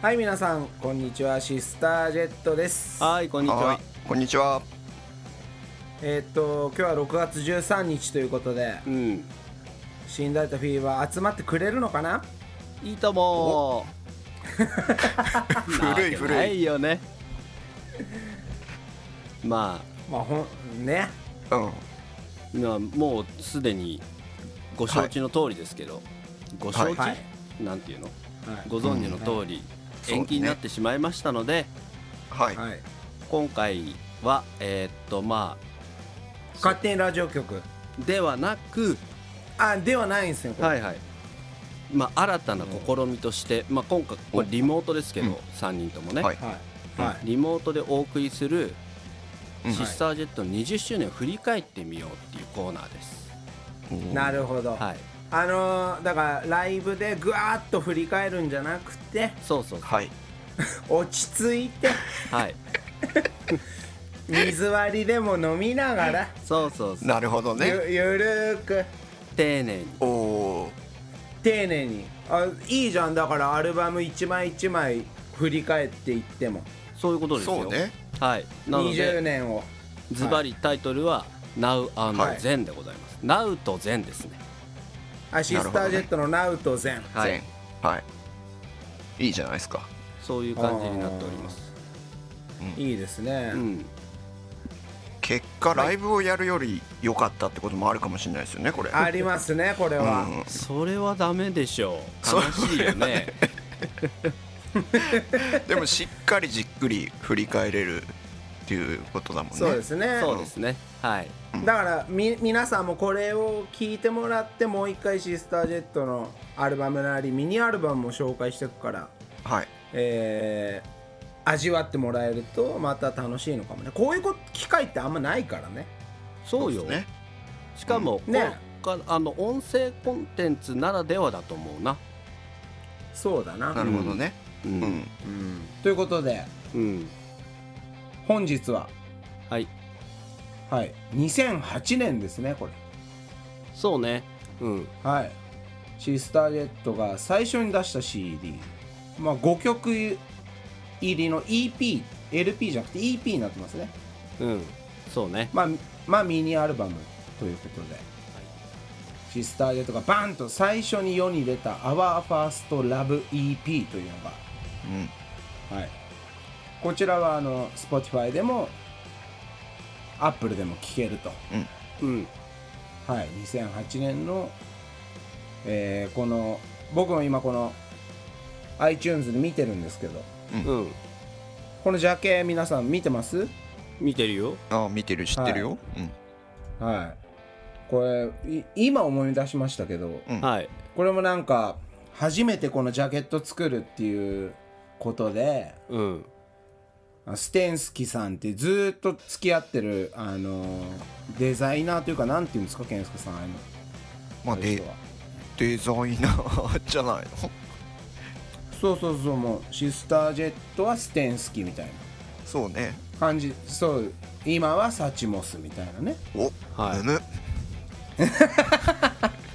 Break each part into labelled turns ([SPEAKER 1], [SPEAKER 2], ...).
[SPEAKER 1] はい皆さんこんにちはシスタージェットです
[SPEAKER 2] はいこんにち
[SPEAKER 3] は。
[SPEAKER 2] はい
[SPEAKER 3] こんにちは。
[SPEAKER 1] えーっと今日は6月13日ということで
[SPEAKER 2] うん
[SPEAKER 1] 新大田フィーバー集まってくれるのかない
[SPEAKER 2] いとも
[SPEAKER 3] 古い古い
[SPEAKER 2] ないよねま
[SPEAKER 1] まあほんね
[SPEAKER 3] うん。
[SPEAKER 2] あまあもうすでにご承知の通りですけど、ご承知、
[SPEAKER 1] はい
[SPEAKER 2] なんていうの
[SPEAKER 1] はい
[SPEAKER 2] ご存知の通り、
[SPEAKER 3] うん
[SPEAKER 2] 延期になってしまいましたので、
[SPEAKER 3] はい。
[SPEAKER 1] はい
[SPEAKER 2] 今回はえーっとま
[SPEAKER 1] 勝手にラジオ局
[SPEAKER 2] あではなく
[SPEAKER 1] あではないんですよこれ
[SPEAKER 2] はいはいまあ新たな試みとして、まあ今回これリモートですけ
[SPEAKER 3] うん
[SPEAKER 2] ど、三3人ともね、
[SPEAKER 3] はい
[SPEAKER 1] はいはい
[SPEAKER 2] リモートでお送りする
[SPEAKER 3] う
[SPEAKER 2] シスタージェットの20周年を振り返ってみようっていうコーナーです。
[SPEAKER 3] ん
[SPEAKER 1] なるほど、
[SPEAKER 2] はい。
[SPEAKER 1] あのーだからライブでぐわーっと振り返るんじゃなくて
[SPEAKER 2] そうそう。
[SPEAKER 3] はい。
[SPEAKER 1] 落ち着いて
[SPEAKER 2] はい。
[SPEAKER 1] 水割りでも飲みな がら、
[SPEAKER 2] そうそうそう。
[SPEAKER 3] なるほどね。
[SPEAKER 1] ゆゆるーく
[SPEAKER 2] 丁寧に。
[SPEAKER 3] おお
[SPEAKER 1] 丁寧にあいいじゃんだからアルバム一枚一枚振り返っていっても
[SPEAKER 2] そういうこと
[SPEAKER 3] ー。
[SPEAKER 2] ですよ。
[SPEAKER 3] そうね。
[SPEAKER 2] はい。なの
[SPEAKER 1] 20
[SPEAKER 2] で、
[SPEAKER 1] 年を
[SPEAKER 2] ズバリタイトルは、Now and
[SPEAKER 3] はい
[SPEAKER 2] Zen でございます。Now と Zen ですね。
[SPEAKER 1] アシスタージェットのナウとゼン、
[SPEAKER 2] はい
[SPEAKER 3] 全。はい。いいじゃないですか。
[SPEAKER 2] そういう感じになっております。
[SPEAKER 1] いいですね、
[SPEAKER 2] うん。
[SPEAKER 3] 結果ライブをやるより良かったってこともあるかもしれないですよね。これ。
[SPEAKER 1] ありますねこれ
[SPEAKER 3] う
[SPEAKER 1] は、
[SPEAKER 3] ん。
[SPEAKER 2] それはダメでしょう。悲しいよね。
[SPEAKER 3] でもしっかりじっくり振り返れるっていうことだもんね。
[SPEAKER 1] そうですね
[SPEAKER 2] そうですね。はい。
[SPEAKER 1] だからみ皆さんもこれを聞いてもらってもう一回シスタージェットのアルバムなりミニアルバムも紹介していくから、
[SPEAKER 3] はい。
[SPEAKER 1] えー味わってもらえるとまた楽しいのかもねこういうこ機会ってあんまないからね
[SPEAKER 2] そうよ。
[SPEAKER 3] ですね。
[SPEAKER 2] しかも、
[SPEAKER 1] うんね
[SPEAKER 2] こあの音声コンテンツならではだと思うな。
[SPEAKER 1] そうだな
[SPEAKER 3] なるほどね。
[SPEAKER 2] う。
[SPEAKER 3] うんん。
[SPEAKER 1] うんということで
[SPEAKER 2] うん。
[SPEAKER 1] 本日は、
[SPEAKER 2] はい。
[SPEAKER 1] はい、2008年ですねこれ
[SPEAKER 2] そうね。うん。
[SPEAKER 1] はいシスタージェットが最初に出した CD、まあ、5曲入りの EPLP じゃなくて EP になってますね
[SPEAKER 2] うん。そうね。
[SPEAKER 1] まあ、まあミニアルバムということで、シスタージェットがバンと最初に世に出た「OurFirstLoveEP」というの
[SPEAKER 3] うん。
[SPEAKER 1] が、はい、こちらはあの Spotify でも Apple でも聴けると、
[SPEAKER 2] うん。
[SPEAKER 1] はい、2008年の、えーこの僕も今この iTunes で見てるんですけど
[SPEAKER 2] うん。
[SPEAKER 1] このジャケ皆さん見てます
[SPEAKER 2] 見てるよ。
[SPEAKER 3] ああ見てる知ってるよ。うん。
[SPEAKER 1] はいこれい今思い出しましたけど、
[SPEAKER 2] はい。
[SPEAKER 1] これもなんか初めてこのジャケット作るっていうことで
[SPEAKER 2] うん。
[SPEAKER 1] あステンスキさんってずーっと付き合ってるあのーデザイナーというかなんていうんですか健介さんああいうの
[SPEAKER 3] まあ
[SPEAKER 1] ああいう
[SPEAKER 3] デ
[SPEAKER 1] 人は
[SPEAKER 3] デザイナーじゃないの。
[SPEAKER 1] そうそうそうもうシスタージェットはステンスキみたいな
[SPEAKER 3] そうね。
[SPEAKER 1] 感じそう今はサチモスみたいなね
[SPEAKER 3] お。
[SPEAKER 2] はい
[SPEAKER 3] むむ。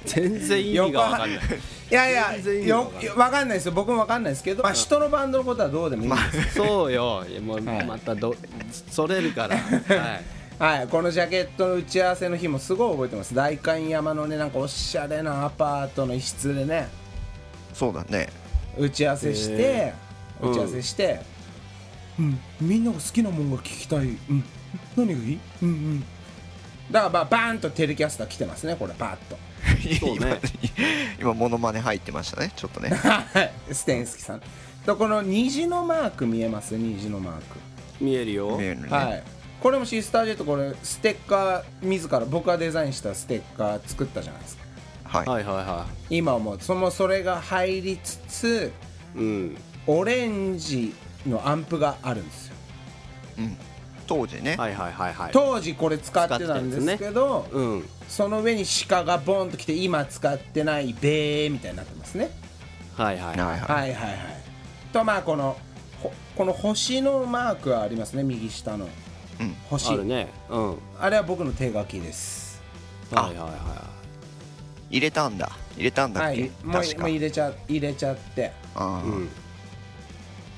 [SPEAKER 2] 全然意味がわかんない。
[SPEAKER 1] いや
[SPEAKER 2] 全
[SPEAKER 1] い
[SPEAKER 2] 然
[SPEAKER 1] や
[SPEAKER 2] 意味わ
[SPEAKER 1] よ
[SPEAKER 2] かんない
[SPEAKER 1] よわかんないですよ僕もわかんないですけど、まあ、人のバンドのことはどうでもいいんです、
[SPEAKER 2] そうよ。いやもう
[SPEAKER 1] はい
[SPEAKER 2] またど、それるから。はい。
[SPEAKER 1] はい、このジャケットの打ち合わせの日もすごい覚えてます代官山のねなんかおしゃれなアパートの一室でね
[SPEAKER 3] そうだね。
[SPEAKER 1] 打ち合わせして、
[SPEAKER 2] へ
[SPEAKER 1] 打ち合わせして、うん、みんなが好きなもんが聞きたい、うん、何がいいうんうんだからばバーンとテレキャスター来てますねこれバーッと
[SPEAKER 2] そうね
[SPEAKER 3] 今今モノマネ入ってましたねちょっとね
[SPEAKER 1] はいステンスキさんとこの虹のマーク見えます虹のマーク、
[SPEAKER 2] 見えるよ
[SPEAKER 3] 見。えるね、
[SPEAKER 1] はいこれもシスタージェットこれステッカー自ら僕がデザインしたステッカー作ったじゃないですか
[SPEAKER 3] はい
[SPEAKER 2] はいはいは
[SPEAKER 1] 今はもうそのそれが入りつつ
[SPEAKER 2] い。うん。
[SPEAKER 1] オレンジのアンプがあるんですよ
[SPEAKER 3] うん、当時ね、
[SPEAKER 2] はいはいはいはい。
[SPEAKER 1] 当時これ使ってたんですけど、
[SPEAKER 2] うん。
[SPEAKER 1] その上に鹿がボンときて今使ってないベーみたいになってますね
[SPEAKER 2] はいはい。
[SPEAKER 3] はいは
[SPEAKER 1] はいはいはいとまあこのほこの星のマークはありますね右下の、
[SPEAKER 3] うん
[SPEAKER 1] 星
[SPEAKER 2] あ
[SPEAKER 1] あ,、
[SPEAKER 2] るね。うん。
[SPEAKER 1] れは僕の手書きです
[SPEAKER 3] あ
[SPEAKER 2] はいはいはい
[SPEAKER 3] 入れたんだ入れたんだっ
[SPEAKER 1] は
[SPEAKER 3] け、
[SPEAKER 1] いもう
[SPEAKER 3] 確
[SPEAKER 1] も
[SPEAKER 3] か
[SPEAKER 1] う入れちゃ入れちゃって
[SPEAKER 3] あ
[SPEAKER 2] い。
[SPEAKER 3] ー
[SPEAKER 2] うん。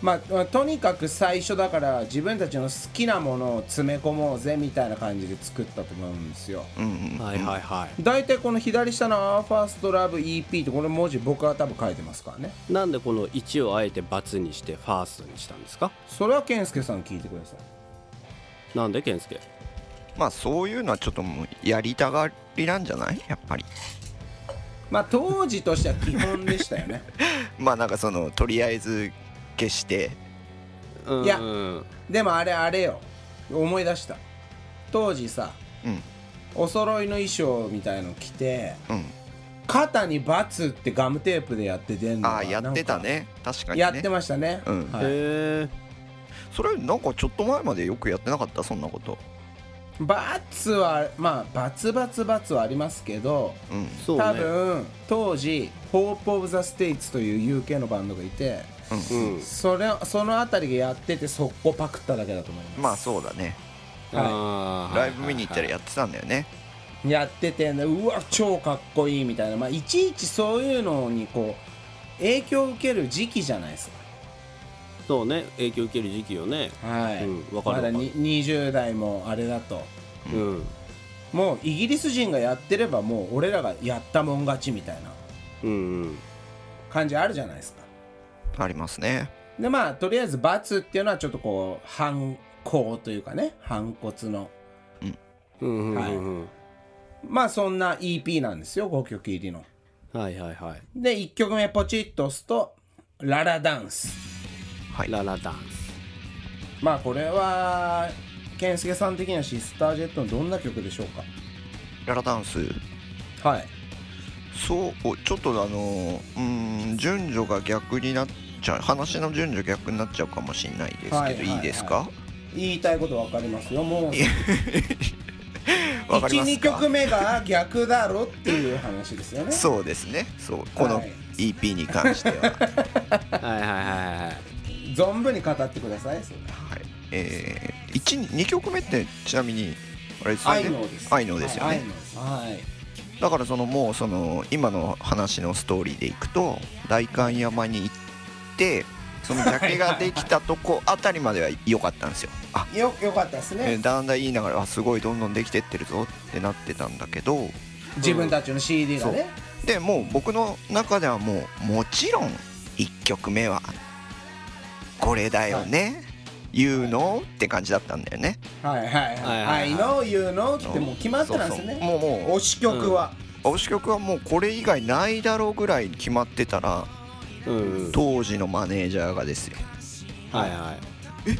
[SPEAKER 1] まあまあ、とにかく最初だから自分たちの好きなものを詰め込もうぜみたいな感じで作ったと思うんですよ
[SPEAKER 3] うんうん
[SPEAKER 2] はいはいはい
[SPEAKER 1] 大体この左下の「アーファーストラブ EP」ってこの文字僕は多分書いてますからね
[SPEAKER 2] なんでこの1をあえて×にしてファーストにしたんですか
[SPEAKER 1] それは健介さん聞いてください
[SPEAKER 2] なんで健介
[SPEAKER 3] まあそういうのはちょっともうやりたがりなんじゃないやっぱり
[SPEAKER 1] まあ当時としては基本でしたよね
[SPEAKER 3] まあなんかそのとりあえず消して
[SPEAKER 2] うん
[SPEAKER 1] いや
[SPEAKER 2] うん
[SPEAKER 1] でもあれあれよ思い出した当時さ
[SPEAKER 3] うん
[SPEAKER 1] お揃いの衣装みたいの着て
[SPEAKER 3] うん
[SPEAKER 1] 肩に「×」ってガムテープでやって出んの
[SPEAKER 3] あ
[SPEAKER 1] が
[SPEAKER 3] あやってたね確
[SPEAKER 1] な
[SPEAKER 3] か
[SPEAKER 1] んか
[SPEAKER 3] にね
[SPEAKER 1] やってましたね、
[SPEAKER 3] うん
[SPEAKER 1] はい
[SPEAKER 2] へえ
[SPEAKER 3] それなんかちょっと前までよくやってなかったそんなこと
[SPEAKER 1] バツはまあバツバツバツはありますけど
[SPEAKER 3] うん
[SPEAKER 2] そう
[SPEAKER 1] 多
[SPEAKER 2] ね
[SPEAKER 1] 分当時ホープ・オブ・ザ・ステイツという UK のバンドがいて
[SPEAKER 2] うん
[SPEAKER 1] それその辺りがやってて速攻パクっただけだと思います、
[SPEAKER 3] まあそうだね
[SPEAKER 2] あー
[SPEAKER 3] ライブ見に行ったら
[SPEAKER 2] はい
[SPEAKER 3] やってたんだよね
[SPEAKER 1] やっててねうわ超かっこいいみたいな、まあ、いちいちそういうのにこう影響を受ける時期じゃないです
[SPEAKER 2] はいそうね影響受ける時期よね
[SPEAKER 1] かはい、
[SPEAKER 2] うんわかる
[SPEAKER 1] ま
[SPEAKER 2] わか
[SPEAKER 1] だ
[SPEAKER 2] る
[SPEAKER 1] に20代もあれだと
[SPEAKER 2] うん
[SPEAKER 1] もうイギリス人がやってればもう俺らがやったもん勝ちみたいな
[SPEAKER 2] うんうん
[SPEAKER 1] 感じあるじゃないですか
[SPEAKER 3] ありますね
[SPEAKER 1] でまあとりあえず×っていうのはちょっとこう反抗というかね反骨の
[SPEAKER 2] うんうんうん
[SPEAKER 1] まあそんな EP なんですよ5曲入りの
[SPEAKER 2] うんはいはいはい
[SPEAKER 1] で1曲目ポチッと押すと「ララダンス
[SPEAKER 3] はい
[SPEAKER 2] ララダン」
[SPEAKER 1] まあこれは健介さん的にはシスタージェットのどんな曲でしょう
[SPEAKER 3] ララダンス
[SPEAKER 1] かはい
[SPEAKER 3] そうおちょっとあのーうん順序が逆になっちゃう話の順序逆になっちゃうかもしれないですけど、
[SPEAKER 1] はい
[SPEAKER 3] い
[SPEAKER 1] はい
[SPEAKER 3] い、ですか
[SPEAKER 1] 言いたいことわかりますよもう
[SPEAKER 3] わかります
[SPEAKER 1] 12
[SPEAKER 3] か
[SPEAKER 1] 曲目が逆だろっていう話です よね
[SPEAKER 3] そうですねそうこの
[SPEAKER 1] はい
[SPEAKER 3] EP に関しては、 はい
[SPEAKER 2] はいはいはいはい
[SPEAKER 1] 存分に語ってくださいそれ
[SPEAKER 3] えー、1 2曲目ってちなみにあれですよね
[SPEAKER 1] 愛のです
[SPEAKER 3] 愛のですよね、
[SPEAKER 1] はい愛のですはい
[SPEAKER 3] だからそのもうその今の話のストーリーでいくと代官山に行ってそのジャケができたとこあたりまでは良かったんですよあ
[SPEAKER 1] よよかったです
[SPEAKER 3] え
[SPEAKER 1] ね
[SPEAKER 3] ーだんだんいいながらあすごいどんどんできてってるぞってなってたんだけど
[SPEAKER 1] 自分たちの CD がね
[SPEAKER 3] でもう僕の中ではもうもちろん1曲目はこれだよね、言うのって感じだったんだよね
[SPEAKER 1] はいはい
[SPEAKER 2] はい
[SPEAKER 1] は
[SPEAKER 2] は
[SPEAKER 1] 「
[SPEAKER 2] いい
[SPEAKER 1] I know you know」ってもう決まってたんです
[SPEAKER 3] そう
[SPEAKER 1] ね
[SPEAKER 3] そうもうもう
[SPEAKER 1] 推し曲は
[SPEAKER 3] 推し曲はもうこれ以外ないだろうぐらいに決まってたら
[SPEAKER 2] うんうん
[SPEAKER 3] 当時のマネージャーがですよ
[SPEAKER 2] はいはい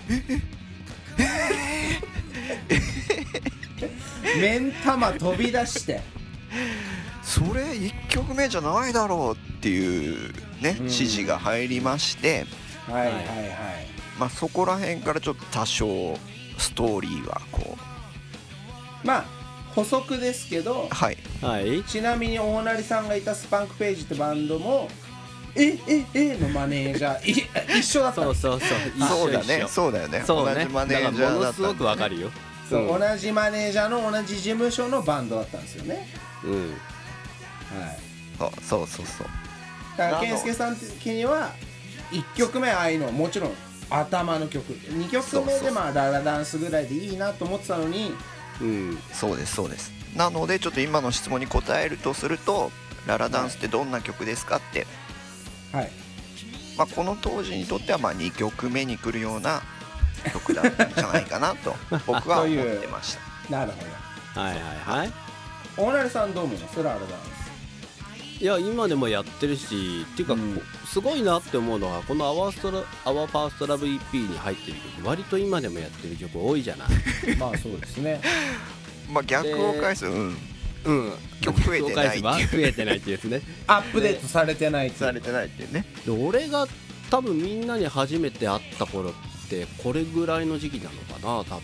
[SPEAKER 1] 目ん玉飛び出して
[SPEAKER 3] それ1曲目じゃないだろうっていうね
[SPEAKER 1] うん
[SPEAKER 3] 指示が入りまして、
[SPEAKER 1] はいはい
[SPEAKER 2] は
[SPEAKER 1] はいい
[SPEAKER 3] まあ、そこら辺からちょっと多少ストーリーはこ
[SPEAKER 1] まあ補足ですけど
[SPEAKER 3] うはい
[SPEAKER 2] はい
[SPEAKER 1] ちなみに大成さんがいたスパンクページってバンドも「えええのマネージャー い一緒だった
[SPEAKER 2] そ
[SPEAKER 1] の
[SPEAKER 2] うそうそう一緒
[SPEAKER 3] そうだ
[SPEAKER 2] 一
[SPEAKER 3] ね
[SPEAKER 2] 緒
[SPEAKER 3] そうだよね
[SPEAKER 2] そうね
[SPEAKER 3] 同じマネー
[SPEAKER 2] か
[SPEAKER 3] ジャーだ
[SPEAKER 2] らもの
[SPEAKER 3] っ
[SPEAKER 2] す
[SPEAKER 3] た
[SPEAKER 2] ご
[SPEAKER 3] ん
[SPEAKER 2] く
[SPEAKER 3] だよ
[SPEAKER 2] わ
[SPEAKER 3] ね
[SPEAKER 2] かるよ
[SPEAKER 1] そう
[SPEAKER 2] うん
[SPEAKER 1] 同じマネージャーの同じ事務所のバンドだったんですよね
[SPEAKER 2] うん
[SPEAKER 1] はい
[SPEAKER 3] そうそうそうそう
[SPEAKER 1] だから
[SPEAKER 3] あの
[SPEAKER 1] 健介さん的には1曲目ああいうのもちろん頭の曲2曲目でまあララダンスぐらいでいいなと思ってたのに
[SPEAKER 2] うん
[SPEAKER 3] そうですそうですなのでちょっと今の質問に答えるとすると「ララダンスってどんな曲ですか?」って、
[SPEAKER 1] はい
[SPEAKER 3] まあ、この当時にとってはまあ2曲目に来るような曲だったんじゃないかな と僕は思ってました
[SPEAKER 1] なるほ
[SPEAKER 2] はいはいはい
[SPEAKER 1] ど大成さんどう思いますララダン
[SPEAKER 2] いや今でもやってるしっていうか、
[SPEAKER 1] うん
[SPEAKER 2] こすごいなって思うのはこのアワーストラ「アワーファーストラブ EP に入ってる曲割と今でもやってる曲多いじゃない
[SPEAKER 1] スまあそうですね
[SPEAKER 3] まあ逆を返すうん
[SPEAKER 2] うん
[SPEAKER 3] 曲増えてないっていう
[SPEAKER 2] 増えてないっていうですね
[SPEAKER 1] アップデートされて ないってい
[SPEAKER 3] さ
[SPEAKER 1] う
[SPEAKER 3] れてないっていうね
[SPEAKER 2] で俺が多分みんなに初めて会った頃ってこれぐらいの時期なのかな多分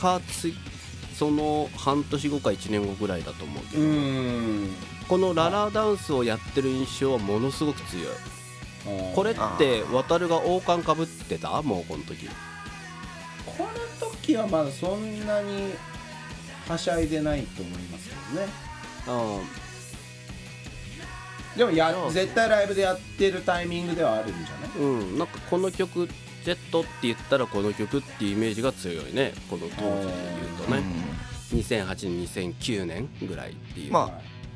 [SPEAKER 2] かつその半年後か1年後ぐらいだと思うけ
[SPEAKER 1] う
[SPEAKER 2] ど、
[SPEAKER 1] ーん
[SPEAKER 2] このララダンスをやってる印象はものすごく強いこれっ
[SPEAKER 1] こ
[SPEAKER 2] て渡るが王冠かぶってたもうこの時
[SPEAKER 1] の時はまだそんなにはしゃいでないと思いますけどね
[SPEAKER 2] あ
[SPEAKER 1] でもや
[SPEAKER 2] ああ
[SPEAKER 1] 絶対ライブでやってるタイミングではあるんじゃない
[SPEAKER 2] うんなんかこの曲ジェットって言ったらこの曲っていうイメージが強いねこの当時で言うと
[SPEAKER 3] う
[SPEAKER 2] ね
[SPEAKER 3] ん
[SPEAKER 2] 20082009年ぐらいっていう
[SPEAKER 3] まあ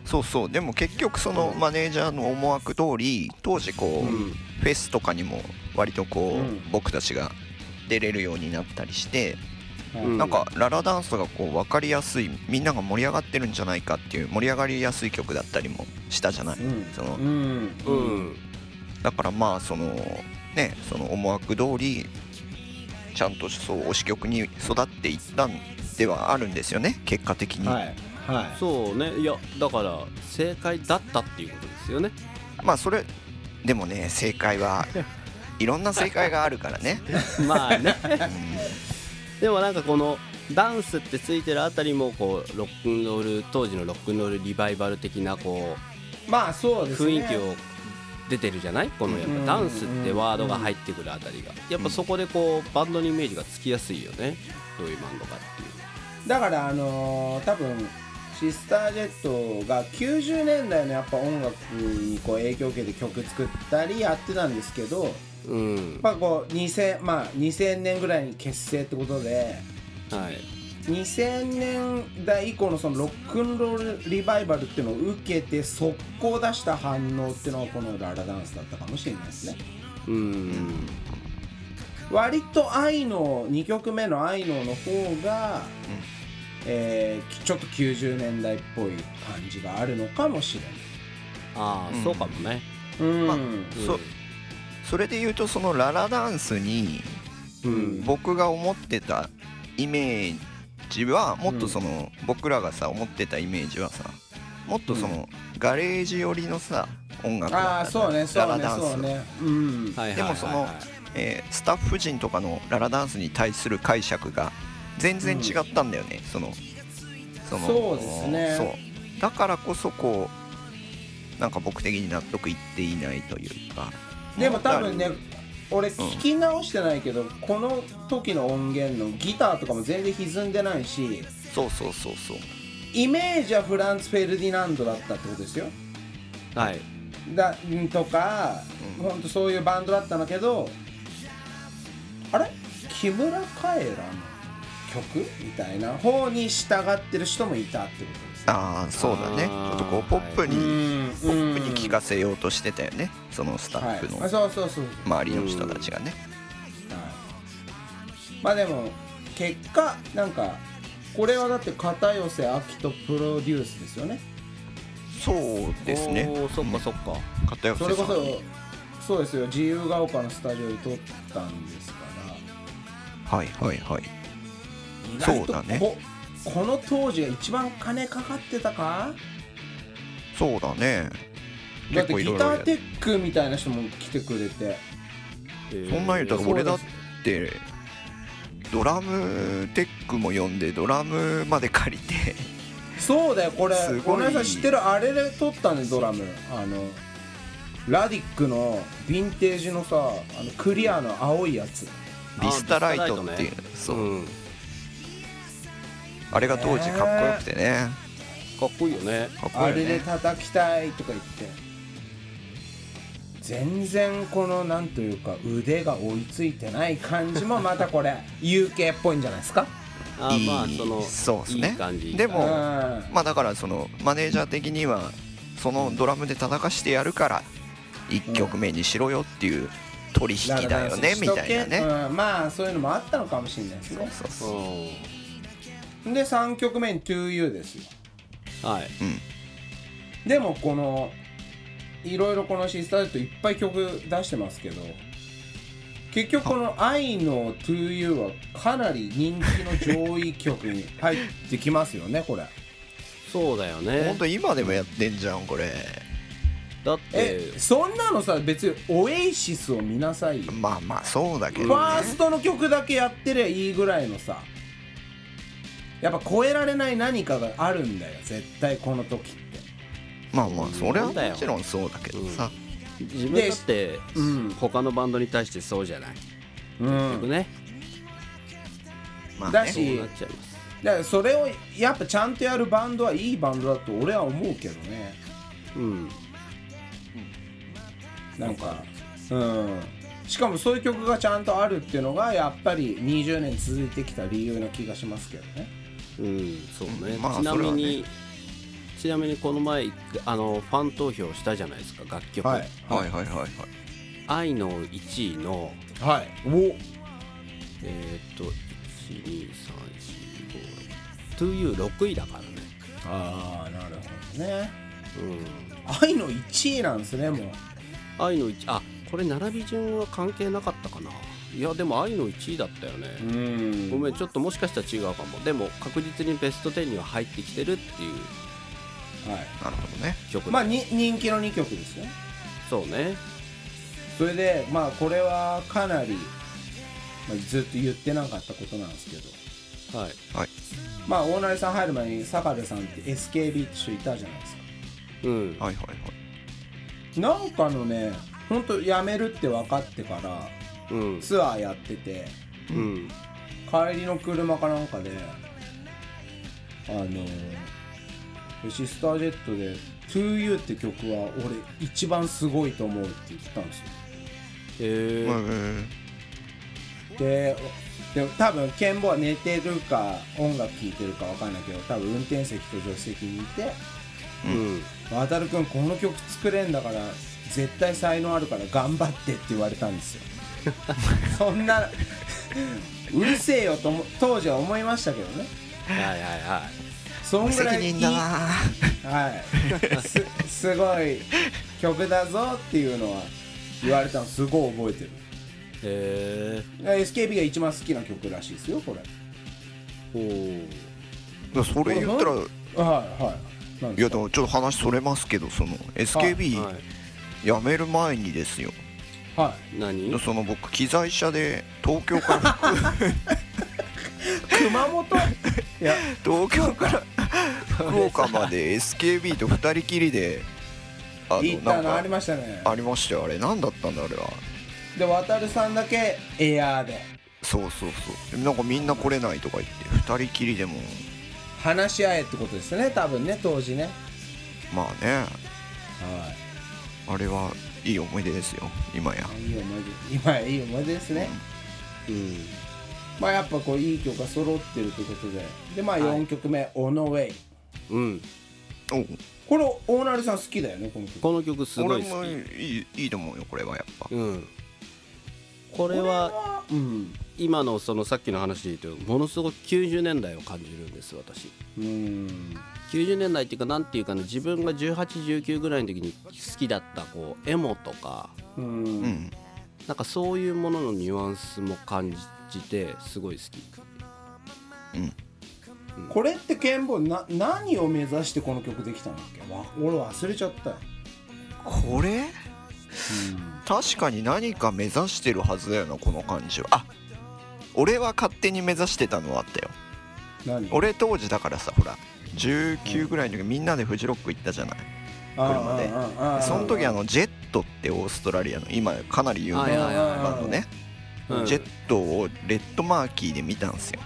[SPEAKER 3] そうそうでも結局そのマネージャーの思惑通り当時こう、
[SPEAKER 2] うん
[SPEAKER 3] フェスとかにも割とこう、
[SPEAKER 1] うん
[SPEAKER 3] 僕たちが出れるようになったりして、
[SPEAKER 1] はい
[SPEAKER 2] うん
[SPEAKER 3] なんかララダンスがこう分かりやすいみんなが盛り上がってるんじゃないかっていう盛り上がりやすい曲だったりもしたじゃない、
[SPEAKER 1] うん
[SPEAKER 3] その
[SPEAKER 1] うん
[SPEAKER 2] う
[SPEAKER 1] うん
[SPEAKER 2] ん
[SPEAKER 3] だからまあそのねその思惑通りちゃんとそう推し曲に育っていったんではあるんですよね結果的に、
[SPEAKER 1] はいはい
[SPEAKER 2] そうねいやだから正解だったっていうことですよね
[SPEAKER 3] まあそれでもね正解はいろんな正解があるからね、
[SPEAKER 2] まあね
[SPEAKER 3] う ん
[SPEAKER 2] でもなんかこのダンスってついてるあたりもこうロックンロール当時のロックンロールリバイバル的なこ
[SPEAKER 1] まあそう
[SPEAKER 2] う
[SPEAKER 1] ですね
[SPEAKER 2] 雰囲気を出てるじゃないこのやっ
[SPEAKER 1] うん
[SPEAKER 2] ぱダンスってワードが入ってくるあたりがやっぱそこでこうバンドのイメージがつきやすいよねどういうバンドかっていう
[SPEAKER 1] だからあのー多分シスタージェットが90年代のやっぱ音楽にこう影響を受けて曲作ったりやってたんですけど、
[SPEAKER 2] うん
[SPEAKER 1] まあこう2000まあ、2000年ぐらいに結成ってことで
[SPEAKER 2] はい
[SPEAKER 1] 2000年代以降のそのロックンロールリバイバルっていうのを受けて速攻出した反応っていうのがこのララダンスだったかもしれないですね
[SPEAKER 2] うん
[SPEAKER 1] 割と「愛の」2曲目の「愛の」の方が、えーちょっと90年代っぽい感じがあるのかもしれない
[SPEAKER 2] ああ、
[SPEAKER 3] うん
[SPEAKER 2] そうかもね
[SPEAKER 1] うん、
[SPEAKER 3] まあ
[SPEAKER 2] うん
[SPEAKER 3] そうそれで言うとそのララダンスに
[SPEAKER 2] うん
[SPEAKER 3] 僕が思ってたイメージはもっとその僕らがさ思ってたイメージはさもっとそのガレージ寄りのさ音楽
[SPEAKER 1] あ
[SPEAKER 3] だ
[SPEAKER 1] あ
[SPEAKER 3] った
[SPEAKER 1] そうねそ
[SPEAKER 3] ラ
[SPEAKER 1] う
[SPEAKER 3] ラ
[SPEAKER 1] ね
[SPEAKER 3] ダン
[SPEAKER 1] そう
[SPEAKER 3] ス
[SPEAKER 1] ねうん
[SPEAKER 2] はいはいはいはい
[SPEAKER 3] でもそのえースタッフ陣とかのララダンスに対する解釈が全然違ったんだよねそのそ
[SPEAKER 1] そうですね
[SPEAKER 3] そうだからこそこうなんか僕的に納得いっていないというか
[SPEAKER 1] でも多分ね俺
[SPEAKER 3] ん
[SPEAKER 1] 聞き直してないけど、この時の音源のギターとかも全然歪んでないし
[SPEAKER 3] そうそうそうそう
[SPEAKER 1] イメージはフランス・フェルディナンドだったってことですよ
[SPEAKER 2] はい
[SPEAKER 1] だんとか、
[SPEAKER 3] うん
[SPEAKER 1] ほんとそういうバンドだったんだけどあれ木村カエラの曲みたいな方に従ってる人もいたってことですね
[SPEAKER 3] ああそうだねち
[SPEAKER 2] あー
[SPEAKER 3] ょっとこうポップに、ポップに聞か
[SPEAKER 1] せ
[SPEAKER 3] せようとしてたよねそのスタッフの
[SPEAKER 1] はい、あそうそうそうそう
[SPEAKER 3] 周りの人たちがね
[SPEAKER 1] はいまあでも結果なんかこれはだって片寄明人プロデュースですよね
[SPEAKER 3] そうですね
[SPEAKER 2] おーそっかそっか、
[SPEAKER 3] 片寄さ
[SPEAKER 1] そ
[SPEAKER 3] ん
[SPEAKER 1] れこそそうですよ自由が丘のスタジオで撮ったんですから
[SPEAKER 3] はいはいはい
[SPEAKER 1] 意外と
[SPEAKER 3] そうだね
[SPEAKER 1] ここの当時が一番金かかってたか
[SPEAKER 3] そうだね
[SPEAKER 1] だっ
[SPEAKER 3] 結
[SPEAKER 1] て
[SPEAKER 3] 構い
[SPEAKER 1] ギ
[SPEAKER 3] ろいろ
[SPEAKER 1] タ
[SPEAKER 3] や
[SPEAKER 1] ーテックみたいな人も来てくれて
[SPEAKER 2] えー
[SPEAKER 3] そんなん言うたら
[SPEAKER 1] そうで
[SPEAKER 3] 俺
[SPEAKER 1] す
[SPEAKER 3] だってドラムテックも呼んでドラムまで借りて
[SPEAKER 1] そうだよこれ
[SPEAKER 3] すご
[SPEAKER 1] ご
[SPEAKER 3] い
[SPEAKER 1] めんなさい知ってるあれで撮ったねドラムあのラディックのヴィンテージのさあのクリアの青いやつ
[SPEAKER 3] ビスタライトっていう
[SPEAKER 2] あービスタライトね
[SPEAKER 3] そう、
[SPEAKER 2] うん
[SPEAKER 3] あれが当時かっこよくてね
[SPEAKER 2] かっこいいよね
[SPEAKER 3] かっこ
[SPEAKER 1] あ
[SPEAKER 3] いい
[SPEAKER 1] れ
[SPEAKER 3] よ
[SPEAKER 1] で
[SPEAKER 3] ね
[SPEAKER 1] 叩きたいとか言って全然このなんというか腕が追いついてない感じもまたこ れ UK っぽいんじゃないですか
[SPEAKER 2] あー
[SPEAKER 3] いい
[SPEAKER 2] まあその
[SPEAKER 3] そうですね
[SPEAKER 2] いい感じ
[SPEAKER 3] でも
[SPEAKER 1] うん
[SPEAKER 3] まあだからそのマネージャー的にはそのドラムで叩かしてやるから1曲目にしろよっていう取引だよねみたいなね
[SPEAKER 1] うんまあそういうのもあったのかもしれないですね
[SPEAKER 3] そうそう
[SPEAKER 2] う
[SPEAKER 1] で3曲目に 2U ですよ
[SPEAKER 2] んはい
[SPEAKER 3] うん
[SPEAKER 1] でもこのいろいろこのシスターズといっぱい曲出してますけど結局この「愛の 2U」はかなり人気の上位曲に入ってきますよねこれ
[SPEAKER 2] そうだよね
[SPEAKER 3] 本当今でもやってんじゃんこれ
[SPEAKER 2] だっ
[SPEAKER 1] え
[SPEAKER 2] て
[SPEAKER 1] そんなのさ別にオエイシスを見なさいよ
[SPEAKER 3] まあまあそうだけど
[SPEAKER 1] フ
[SPEAKER 3] ね
[SPEAKER 1] ァーストの曲だけやってりゃいいぐらいのさやっぱ超えられない何かがあるんだよ絶対この時って
[SPEAKER 3] まあまあそれはもちろんそうだけどさ
[SPEAKER 2] 自分だって
[SPEAKER 1] うん
[SPEAKER 2] 他のバンドに対してそうじゃない
[SPEAKER 1] うん
[SPEAKER 2] 僕ね
[SPEAKER 3] まあ
[SPEAKER 1] だ
[SPEAKER 3] ね
[SPEAKER 1] し
[SPEAKER 2] そうなっちゃいます
[SPEAKER 1] だからそれをやっぱちゃんとやるバンドはいいバンドだと俺は思うけどね
[SPEAKER 2] うん
[SPEAKER 1] なんかうんしかもそういう曲がちゃんとあるっていうのがやっぱり20年続いてきた理由な気がしますけどね
[SPEAKER 2] うんそうね、
[SPEAKER 3] うんまあ
[SPEAKER 2] ちなみに、
[SPEAKER 3] そ
[SPEAKER 2] ちなみにこの前あのファン投票したじゃないですか楽曲、
[SPEAKER 1] はい
[SPEAKER 3] はいはいはいはい
[SPEAKER 2] 愛の1位の
[SPEAKER 1] はいお
[SPEAKER 2] えーっと1234526位だからね
[SPEAKER 1] ああなるほどね
[SPEAKER 2] うん
[SPEAKER 1] 愛の1位なんですねもう
[SPEAKER 2] 愛の1あこれ並び順は関係なかったかないやでも愛の1位だったよね、
[SPEAKER 1] ん
[SPEAKER 2] ごめんちょっともしかしたら違うかもでも確実にベスト10には入ってきてるっていう
[SPEAKER 1] はい
[SPEAKER 3] なるほどね
[SPEAKER 2] 曲
[SPEAKER 1] まあに人気の2曲ですね
[SPEAKER 2] そうね
[SPEAKER 1] それでまあこれはかなり、まあ、ずっと言ってなかったことなんですけど
[SPEAKER 2] はい
[SPEAKER 1] まあ大成さん入る前に坂部さんって SKB って人いたじゃないですか
[SPEAKER 2] うん
[SPEAKER 3] はいはいはい
[SPEAKER 1] なんかのねほんと辞めるって分かってから
[SPEAKER 2] うん
[SPEAKER 1] ツアーやってて
[SPEAKER 2] うん
[SPEAKER 1] 帰りの車かなんかであのシスタージェットで「TOYOU」って曲は俺一番すごいと思うって言ったんですよ
[SPEAKER 2] へえ
[SPEAKER 3] うんうん
[SPEAKER 1] ででも多分ケンボは寝てるか音楽聴いてるかわかんないけど多分運転席と助手席にいて
[SPEAKER 2] うん
[SPEAKER 1] 「渡るくんこの曲作れんだから絶対才能あるから頑張って」って言われたんですよそんなうるせえよとも当時は思いましたけどね
[SPEAKER 2] はいはいはい
[SPEAKER 1] そん
[SPEAKER 3] 無
[SPEAKER 1] ぐら
[SPEAKER 3] 責
[SPEAKER 1] いいい
[SPEAKER 3] 任だな
[SPEAKER 1] はい、す すごい曲だぞっていうのは言われたのすごい覚えてる
[SPEAKER 2] へえ
[SPEAKER 1] SKB が一番好きな曲らしいですよこれ
[SPEAKER 2] おー
[SPEAKER 3] いやそれ言ったらい
[SPEAKER 1] はいはいなんで
[SPEAKER 3] や
[SPEAKER 1] す
[SPEAKER 3] で
[SPEAKER 1] か
[SPEAKER 3] もちょっと話それますけどその
[SPEAKER 2] は、
[SPEAKER 3] SKB 辞める前にですよ
[SPEAKER 1] はい
[SPEAKER 2] 何
[SPEAKER 3] その僕機材車で東京から
[SPEAKER 1] い熊本 いや
[SPEAKER 3] 東京から福岡まで SKB と2人きりであ
[SPEAKER 1] 行ったのありましたね
[SPEAKER 3] ありましたよあれ何だったんだあれは
[SPEAKER 1] で渡るさんだけエアーで
[SPEAKER 3] そうそうそうなんかみんな来れないとか言って2人きりでも
[SPEAKER 1] 話し合えってことですね多分ね当時ね
[SPEAKER 3] まあね
[SPEAKER 1] は
[SPEAKER 3] あれはいい思い出ですよ今や
[SPEAKER 1] いいい思い出今いい思い出ですね、
[SPEAKER 2] うん
[SPEAKER 1] まあやっぱこういい曲が揃ってるということででまあ
[SPEAKER 2] はい
[SPEAKER 1] 4曲目「オノウェイ
[SPEAKER 2] うん、
[SPEAKER 3] おう」
[SPEAKER 1] これ大成さん好きだよねこの曲
[SPEAKER 2] この曲すご
[SPEAKER 3] 俺
[SPEAKER 2] い好
[SPEAKER 3] も
[SPEAKER 2] き
[SPEAKER 3] いいいいと思うよこれはやっぱ
[SPEAKER 2] うん、これは
[SPEAKER 1] うん
[SPEAKER 2] 今のそのさっきの話で言うとものすごく90年代を感じるんです私
[SPEAKER 1] うん
[SPEAKER 2] 90年代っていうかなんていうかね自分が1819ぐらいの時に好きだったこうエモとか
[SPEAKER 1] う
[SPEAKER 3] うんん
[SPEAKER 2] なんかそういうもののニュアンスも感じてすごい好
[SPEAKER 1] これって剣坊な何を目指してこの曲できたんだっけわ俺忘れちゃったよ、
[SPEAKER 3] これ確かに何か目指してるはずだよなこの感じはあ俺は勝手に目指してたのはあったよ
[SPEAKER 1] 何
[SPEAKER 3] 俺当時だからさほら19ぐらいの時みんなでフジロック行ったじゃない車で
[SPEAKER 1] で
[SPEAKER 3] その時あのジェットってオーストラリアの今かなり有名
[SPEAKER 2] はい
[SPEAKER 3] な
[SPEAKER 2] はいはい
[SPEAKER 3] バンドね
[SPEAKER 2] き、うん、
[SPEAKER 3] ジェットをレッドマーキーで見たんですよ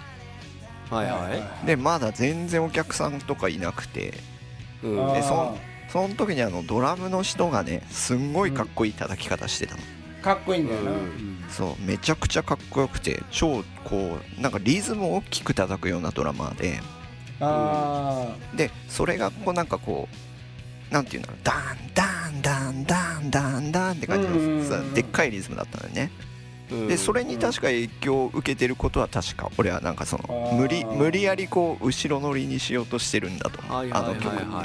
[SPEAKER 2] はいはい、
[SPEAKER 3] でまだ全然お客さんとかいなくて
[SPEAKER 2] うん、
[SPEAKER 1] あー
[SPEAKER 3] でそのその時にあのドラムの人がねすんごいかっこいい叩き方してたの、
[SPEAKER 1] かっこいいんだよな、
[SPEAKER 2] うん
[SPEAKER 3] そうめちゃくちゃかっこよくて超こうなんかリズムを大きく叩くようなドラマーで
[SPEAKER 1] あ
[SPEAKER 3] でそれがこうなんかこうなんていうんだろうダンダンダンダンダンダンって感じ
[SPEAKER 1] うんうんうんう
[SPEAKER 3] の
[SPEAKER 1] ん
[SPEAKER 3] さでっかいリズムだったのよね
[SPEAKER 2] うん
[SPEAKER 3] でそれに確か影響を受けてることは確か俺はなんかその
[SPEAKER 1] あー
[SPEAKER 3] 無理無理やりこう後ろ乗りにしようとしてるんだと思
[SPEAKER 2] は
[SPEAKER 3] う
[SPEAKER 2] い
[SPEAKER 3] あ
[SPEAKER 2] はいは
[SPEAKER 3] の
[SPEAKER 2] い
[SPEAKER 3] 曲っ
[SPEAKER 2] は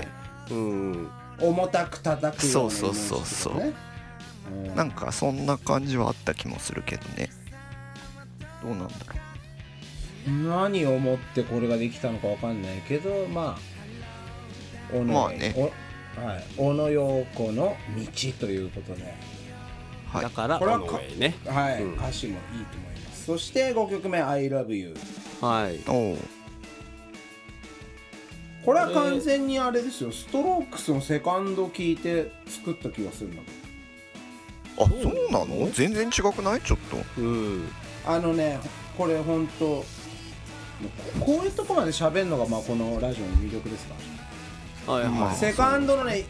[SPEAKER 3] て
[SPEAKER 2] い、うん、
[SPEAKER 1] ー重たく叩くようなイメージ
[SPEAKER 3] そうそうそうそう
[SPEAKER 1] ねうん
[SPEAKER 3] なんかそんな感じはあった気もするけどねどうなんだろ
[SPEAKER 1] 何をもってこれができたのかわかんないけどまあ小野,、
[SPEAKER 3] まあね
[SPEAKER 1] おはい、小野陽子の道ということで、
[SPEAKER 3] はい
[SPEAKER 2] だから
[SPEAKER 1] これは
[SPEAKER 2] こ
[SPEAKER 1] か
[SPEAKER 2] の上ね
[SPEAKER 1] はい
[SPEAKER 2] うん
[SPEAKER 1] 歌詞もいいと思いますそして5曲目「ILOVEYOU
[SPEAKER 2] はいう
[SPEAKER 3] おう」
[SPEAKER 1] これは完全にあれですよストロークスのセカンド聞いて作った気がするんだけど
[SPEAKER 3] あそうなの全然違くないちょっと
[SPEAKER 2] うん
[SPEAKER 1] あのねこれ本当もうこういうとこまで喋るのがまあこのラジオの魅力ですか
[SPEAKER 2] はいはい、
[SPEAKER 3] まあ
[SPEAKER 1] セカンドのね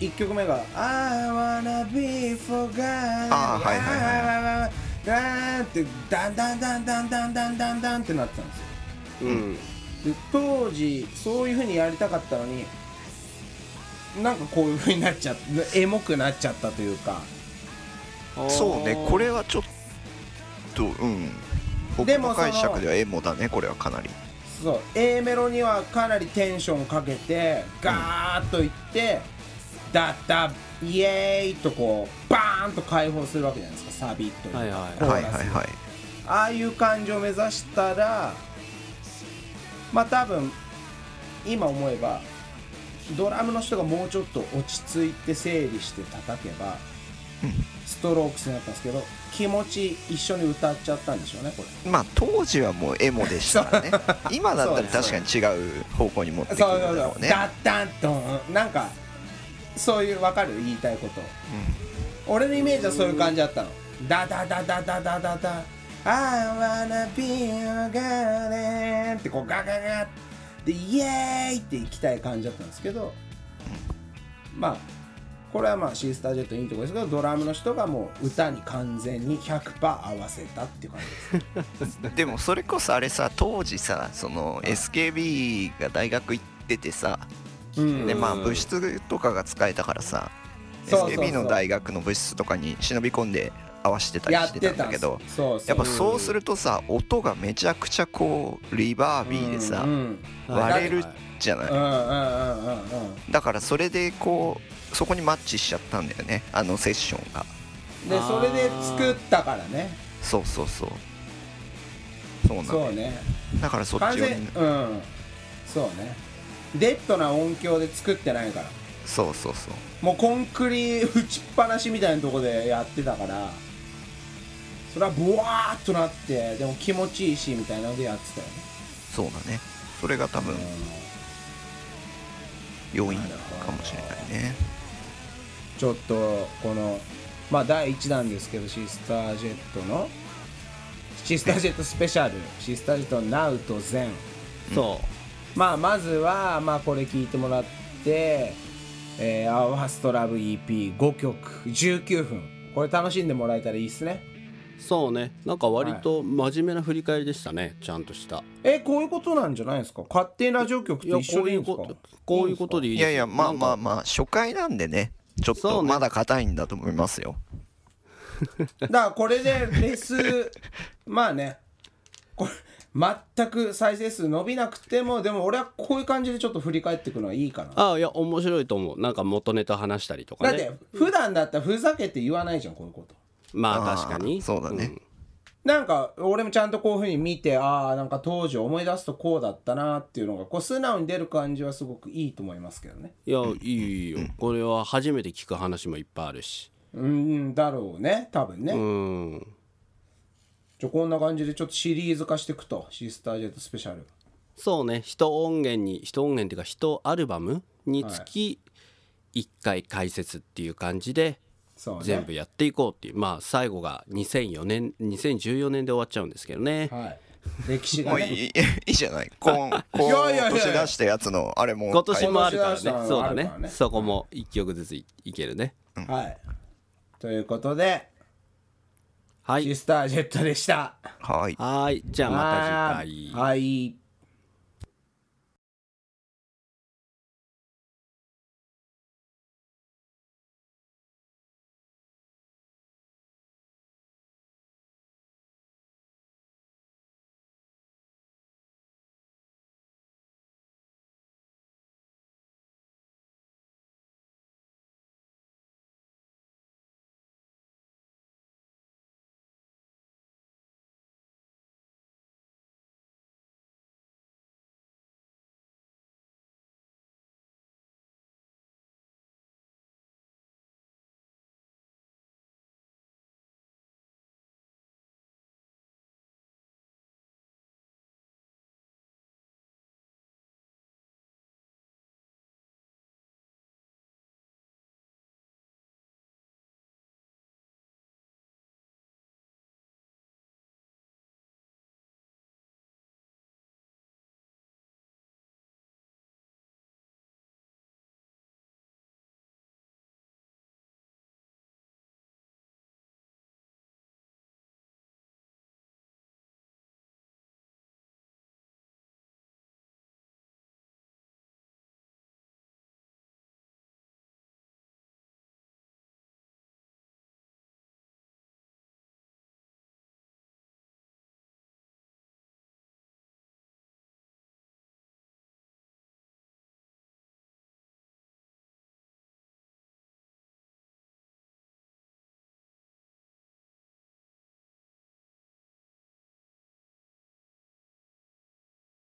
[SPEAKER 1] 1曲目が「I wanna be forgotten」
[SPEAKER 3] あーはいはい
[SPEAKER 1] はいダーンってダンダンダンダンダンダンダンダンってなってたんですよ
[SPEAKER 2] うん
[SPEAKER 1] で当時そういう風にやりたかったのになんかこういう風になっちゃってエモくなっちゃったというか
[SPEAKER 3] そうねこれはちょっとうん僕
[SPEAKER 1] でも
[SPEAKER 3] の
[SPEAKER 1] その
[SPEAKER 3] 解釈ではエモだねこれはかなり
[SPEAKER 1] そう A メロにはかなりテンションかけてガーッといって、ダッダッイエーイとこうバーンと解放するわけじゃないですかサビというか
[SPEAKER 2] はいはい
[SPEAKER 1] コーラ
[SPEAKER 3] は
[SPEAKER 1] ス
[SPEAKER 3] い
[SPEAKER 1] で
[SPEAKER 3] はいはい
[SPEAKER 1] ああいう感じを目指したらまあ多分今思えばドラムの人がもうちょっと落ち着いて整理して叩けばストロークスになったんですけど気持ち一緒に歌っちゃったんでしょうねこれ
[SPEAKER 3] まあ当時はもうエモでし たからね今だったら確かに違う方向に持ってくる
[SPEAKER 1] そう
[SPEAKER 3] ん
[SPEAKER 1] そ
[SPEAKER 3] だ
[SPEAKER 1] う
[SPEAKER 3] ろ
[SPEAKER 1] そうう、
[SPEAKER 3] ね
[SPEAKER 1] ダッダンドンなんかそういうわかる言いたいこと、俺のイメージはそういう感じだったのダダダダダダダダ I wanna be a garden ってこうガガガってイエーイって行きたい感じだったんですけどまあこれはまあシースタージェットいいとこですけどドラムの人がもう歌に完全に100%合わせたっていう感じです
[SPEAKER 3] でもそれこそあれさ当時さその SKB が大学行っててさ、
[SPEAKER 1] うん
[SPEAKER 3] でまあ
[SPEAKER 2] うん
[SPEAKER 3] 部室とかが使えたからさ
[SPEAKER 1] そうそうそう
[SPEAKER 3] SKB の大学の部室とかに忍び込んで合わせてたり
[SPEAKER 1] やっ
[SPEAKER 3] して
[SPEAKER 1] て
[SPEAKER 3] たん
[SPEAKER 1] た
[SPEAKER 3] だ
[SPEAKER 1] ん
[SPEAKER 3] け
[SPEAKER 1] ですよ
[SPEAKER 3] ど
[SPEAKER 1] そうそう
[SPEAKER 3] やっぱそうするとさ音がめちゃくちゃこうリバービーでさ
[SPEAKER 1] うんうん
[SPEAKER 3] 割れる
[SPEAKER 2] はい
[SPEAKER 3] じゃな
[SPEAKER 1] うん
[SPEAKER 3] い
[SPEAKER 1] うんうんうんうん
[SPEAKER 3] だからそれでこうそこにマッチしちゃったんだよねあのセッションが
[SPEAKER 1] で
[SPEAKER 2] あ
[SPEAKER 1] そ
[SPEAKER 2] ー
[SPEAKER 1] れで作ったからね
[SPEAKER 3] そうそうそうそうなんだ
[SPEAKER 1] そ
[SPEAKER 3] よ
[SPEAKER 1] うね
[SPEAKER 3] だからそっ
[SPEAKER 1] 完
[SPEAKER 3] ち寄
[SPEAKER 1] 全
[SPEAKER 3] りに
[SPEAKER 1] うんそうねデッドな音響で作ってないから
[SPEAKER 3] そうそうそう
[SPEAKER 1] もうコンクリ打ちっぱなしみたいなとこでやってたからそれはブワーッとなってでも気持ちいいしみたいなのでやってたよね
[SPEAKER 3] そうだねそれが多分要因かもしれないね
[SPEAKER 1] ちょっとこのまあ第1弾ですけどシスタージェットのシスタージェットスペシャルシスタージェットの NOW と ZEN
[SPEAKER 2] そう
[SPEAKER 1] まあまずは、まあ、これ聞いてもらって「えー、アワストラブ EP5 曲19分これ楽しんでもらえたらいいっすね
[SPEAKER 2] そうねなんか割と真面目な振り返りでしたねちゃんとした
[SPEAKER 1] えこういうことなんじゃないですか勝手にラジオ局
[SPEAKER 2] い
[SPEAKER 1] と
[SPEAKER 2] や
[SPEAKER 1] 一緒
[SPEAKER 2] こ
[SPEAKER 1] で
[SPEAKER 2] う
[SPEAKER 1] い
[SPEAKER 2] い
[SPEAKER 1] いん
[SPEAKER 2] う
[SPEAKER 1] ですか
[SPEAKER 2] ことこういうことでいい
[SPEAKER 3] い
[SPEAKER 2] です
[SPEAKER 3] や
[SPEAKER 2] よ
[SPEAKER 3] いやまあまあ
[SPEAKER 2] なんか
[SPEAKER 3] まあ初回なんでねちょっ
[SPEAKER 2] そ
[SPEAKER 3] と
[SPEAKER 2] うね
[SPEAKER 3] まだ硬いんだと思いますよ
[SPEAKER 1] だからこれでレス まあねこれ全く再生数伸びなくてもでも俺はこういう感じでちょっと振り返っていくのはいいかな、
[SPEAKER 2] ああいや面白いと思うなんか元ネタ話したりとか
[SPEAKER 1] だ
[SPEAKER 2] ね
[SPEAKER 1] って普段だったらふざけて言わないじゃんこういうこと
[SPEAKER 2] ま
[SPEAKER 3] あ
[SPEAKER 2] あ
[SPEAKER 3] ー
[SPEAKER 2] 確かに
[SPEAKER 3] そうだね
[SPEAKER 1] なんか俺もちゃんとこういうふうに見てああなんか当時思い出すとこうだったなっていうのがこう素直に出る感じはすごくいいと思いますけどね
[SPEAKER 2] いやいいよこれは初めて聞く話もいっぱいあるし
[SPEAKER 1] うんだろうね多分ね、
[SPEAKER 2] うん
[SPEAKER 1] じゃあこんな感じでちょっとシリーズ化していくとシスタージェットスペシャル
[SPEAKER 2] そうね一音源に一音源っていうか一アルバムにつき1回解説っていう感じで
[SPEAKER 1] そうね
[SPEAKER 2] 全部やっていこうっていうまあ最後が2004年2014年で終わっちゃうんですけどね
[SPEAKER 1] はい歴史
[SPEAKER 3] も
[SPEAKER 1] が
[SPEAKER 3] うい
[SPEAKER 1] ね
[SPEAKER 3] いいいじゃない 今
[SPEAKER 1] いやいや
[SPEAKER 3] 今
[SPEAKER 1] いや
[SPEAKER 3] 年出したやつのあれも
[SPEAKER 2] 今年もあるからね
[SPEAKER 1] 今年出したのが
[SPEAKER 2] そうだ
[SPEAKER 1] ある
[SPEAKER 2] ね
[SPEAKER 1] からね
[SPEAKER 2] そこも1曲ずついいけるね
[SPEAKER 1] はいということで
[SPEAKER 2] は
[SPEAKER 1] シ
[SPEAKER 2] い
[SPEAKER 1] スタージェットでした
[SPEAKER 3] はい
[SPEAKER 2] はいじゃあまた次回
[SPEAKER 1] はいはい